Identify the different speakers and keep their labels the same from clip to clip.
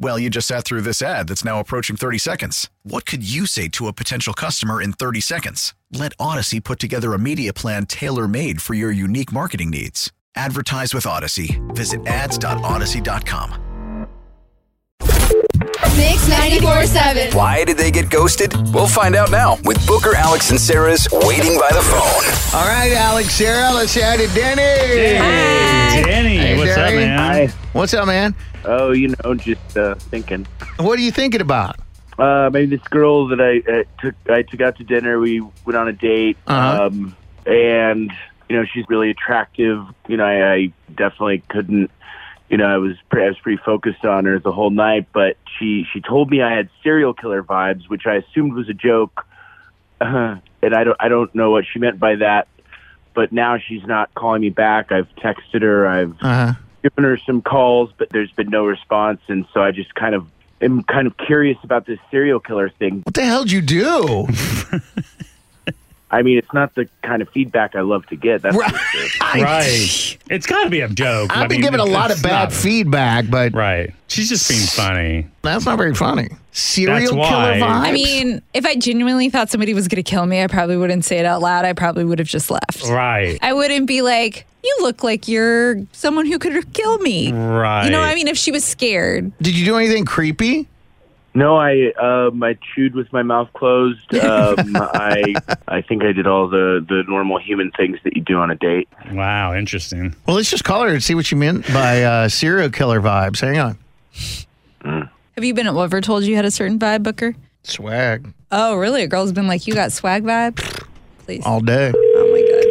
Speaker 1: Well, you just sat through this ad that's now approaching 30 seconds. What could you say to a potential customer in 30 seconds? Let Odyssey put together a media plan tailor made for your unique marketing needs. Advertise with Odyssey. Visit ads.odyssey.com.
Speaker 2: Mix 94.7.
Speaker 3: Why did they get ghosted? We'll find out now with Booker, Alex, and Sarah's Waiting by the Phone.
Speaker 4: All right, Alex, Sarah, let's say hi to Denny.
Speaker 5: Hey, Denny,
Speaker 4: Hey,
Speaker 5: what's up,
Speaker 4: Denny.
Speaker 5: man?
Speaker 6: Hi.
Speaker 4: What's up, man?
Speaker 6: Oh, you know, just uh, thinking.
Speaker 4: What are you thinking about?
Speaker 6: Uh, maybe this girl that I uh, took I took out to dinner. We went on a date,
Speaker 4: Uh-huh.
Speaker 6: um, and you know she's really attractive. You know, I, I definitely couldn't. You know, I was pre- I was pretty focused on her the whole night, but she she told me I had serial killer vibes, which I assumed was a joke, uh, and I don't I don't know what she meant by that. But now she's not calling me back. I've texted her. I've
Speaker 4: Uh huh.
Speaker 6: given her some calls, but there's been no response, and so I just kind of am kind of curious about this serial killer thing.
Speaker 4: What the hell'd you do?
Speaker 6: I mean, it's not the kind of feedback I love to get. That's for sure.
Speaker 5: Right. It's got to be a joke.
Speaker 4: I've
Speaker 5: I
Speaker 4: been
Speaker 5: mean,
Speaker 4: given a
Speaker 5: it's-
Speaker 4: lot
Speaker 5: it's
Speaker 4: of bad
Speaker 5: not-
Speaker 4: feedback, but
Speaker 5: Right. She's just being funny.
Speaker 4: that's not very funny. Serial
Speaker 5: That's
Speaker 4: killer
Speaker 5: why.
Speaker 4: vibes.
Speaker 5: I
Speaker 7: I mean, if I genuinely thought somebody was going to kill me, I probably wouldn't say it out loud. I probably would have just left.
Speaker 6: Oh.
Speaker 5: Right.
Speaker 7: I wouldn't be like, you look like you're someone who could kill me.
Speaker 5: Right.
Speaker 7: You know what I mean? If she was scared.
Speaker 4: did you do anything creepy?
Speaker 6: No, I um, I chewed with my mouth closed. Um, I I think I did all the the normal human things that you do on a date.
Speaker 5: Wow. Interesting.
Speaker 4: Well, let's just call her and see what she meant by uh, serial killer vibes. Hang on.
Speaker 7: Have you been ever told you had a certain vibe, Booker?
Speaker 4: Swag
Speaker 7: Oh, really? A girl's been like, you got swag vibe? Please.
Speaker 4: all day.
Speaker 7: Oh, my God.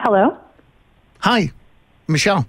Speaker 8: Hello?
Speaker 4: Hi, Michelle.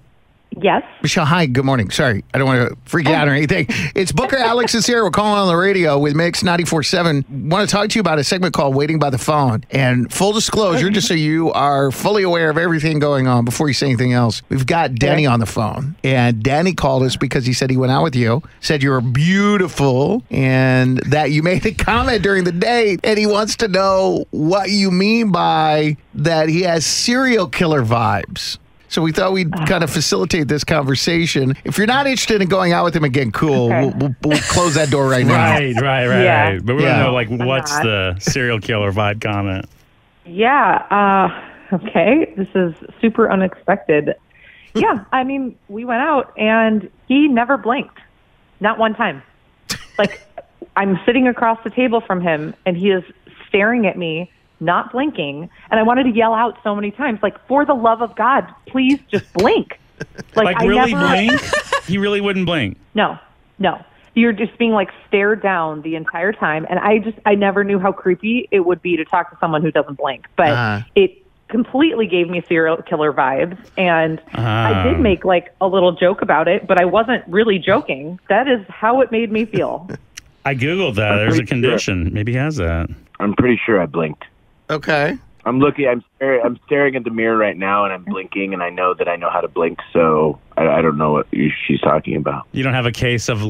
Speaker 8: Yes.
Speaker 4: Michelle, hi. Good morning. Sorry, I don't want to freak you out or anything. It's Booker, Alex, and Sarah. We're calling on the radio with Mix 94.7. Want to talk to you about a segment called Waiting by the Phone. And full disclosure, just so you are fully aware of everything going on before you say anything else, we've got Danny on the phone. And Danny called us because he said he went out with you, said you were beautiful, and that you made a comment during the date. And he wants to know what you mean by that he has serial killer vibes. So we thought we'd kind of facilitate this conversation. If you're not interested in going out with him again, cool.
Speaker 8: Okay.
Speaker 4: We'll, we'll, we'll close that door right now.
Speaker 5: Right. Right. Right.
Speaker 8: Yeah.
Speaker 5: Right. But we
Speaker 4: Yeah.
Speaker 5: don't know like what's
Speaker 8: not.
Speaker 5: the serial killer vibe comment.
Speaker 8: Yeah. Uh, okay. This is super unexpected. yeah. I mean, we went out and he never blinked, not one time. Like, I'm sitting across the table from him and he is staring at me, not blinking. And I wanted to yell out so many times, like, for the love of God, please just blink.
Speaker 5: Like
Speaker 8: I
Speaker 5: really
Speaker 8: never,
Speaker 5: blink? he really wouldn't blink.
Speaker 8: No, no. You're just being like stared down the entire time. And I just, I never knew how creepy it would be to talk to someone who doesn't blink. But
Speaker 4: Uh-huh.
Speaker 8: it completely gave me serial killer vibes. And I did
Speaker 5: Um.
Speaker 8: make like a little joke about it, but I wasn't really joking. That is how it made me feel.
Speaker 5: I googled that. There's a
Speaker 6: pretty sure.
Speaker 5: condition. Maybe he has that.
Speaker 6: I'm pretty sure I blinked.
Speaker 4: Okay.
Speaker 6: I'm looking. I'm staring. I'm staring at the mirror right now, and I'm blinking. And I know that I know how to blink, so I, I don't know what you- she's talking about.
Speaker 5: You don't have a case of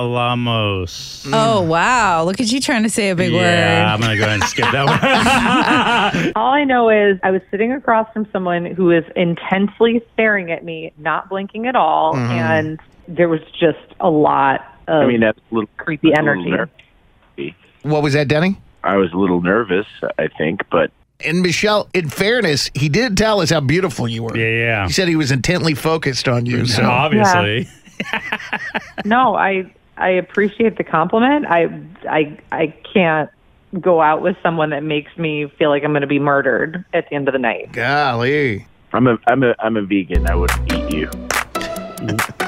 Speaker 5: lagophthalmos.
Speaker 7: Oh, wow. Look at you trying to say a big
Speaker 5: Yeah, I'm
Speaker 7: word.
Speaker 5: gonna go ahead and skip that one.
Speaker 8: All I know is I was sitting across from someone who is intensely staring at me, not blinking at all. And there was just a lot of
Speaker 6: Mm-hmm. I mean, that's a little
Speaker 8: creepy
Speaker 6: a little
Speaker 8: energy.
Speaker 6: ner-
Speaker 4: What was that, Denny?
Speaker 6: I was a little nervous, I think, but
Speaker 4: And Michelle, in fairness, he did tell us how beautiful you were.
Speaker 5: yeah, yeah.
Speaker 4: He said he was intently focused on you. So
Speaker 5: Obviously.
Speaker 8: No, I I appreciate the compliment. I I I can't go out with someone that makes me feel like I'm going to be murdered at the end of the night.
Speaker 4: Golly.
Speaker 6: I'm a I'm a I'm a vegan. I would eat you.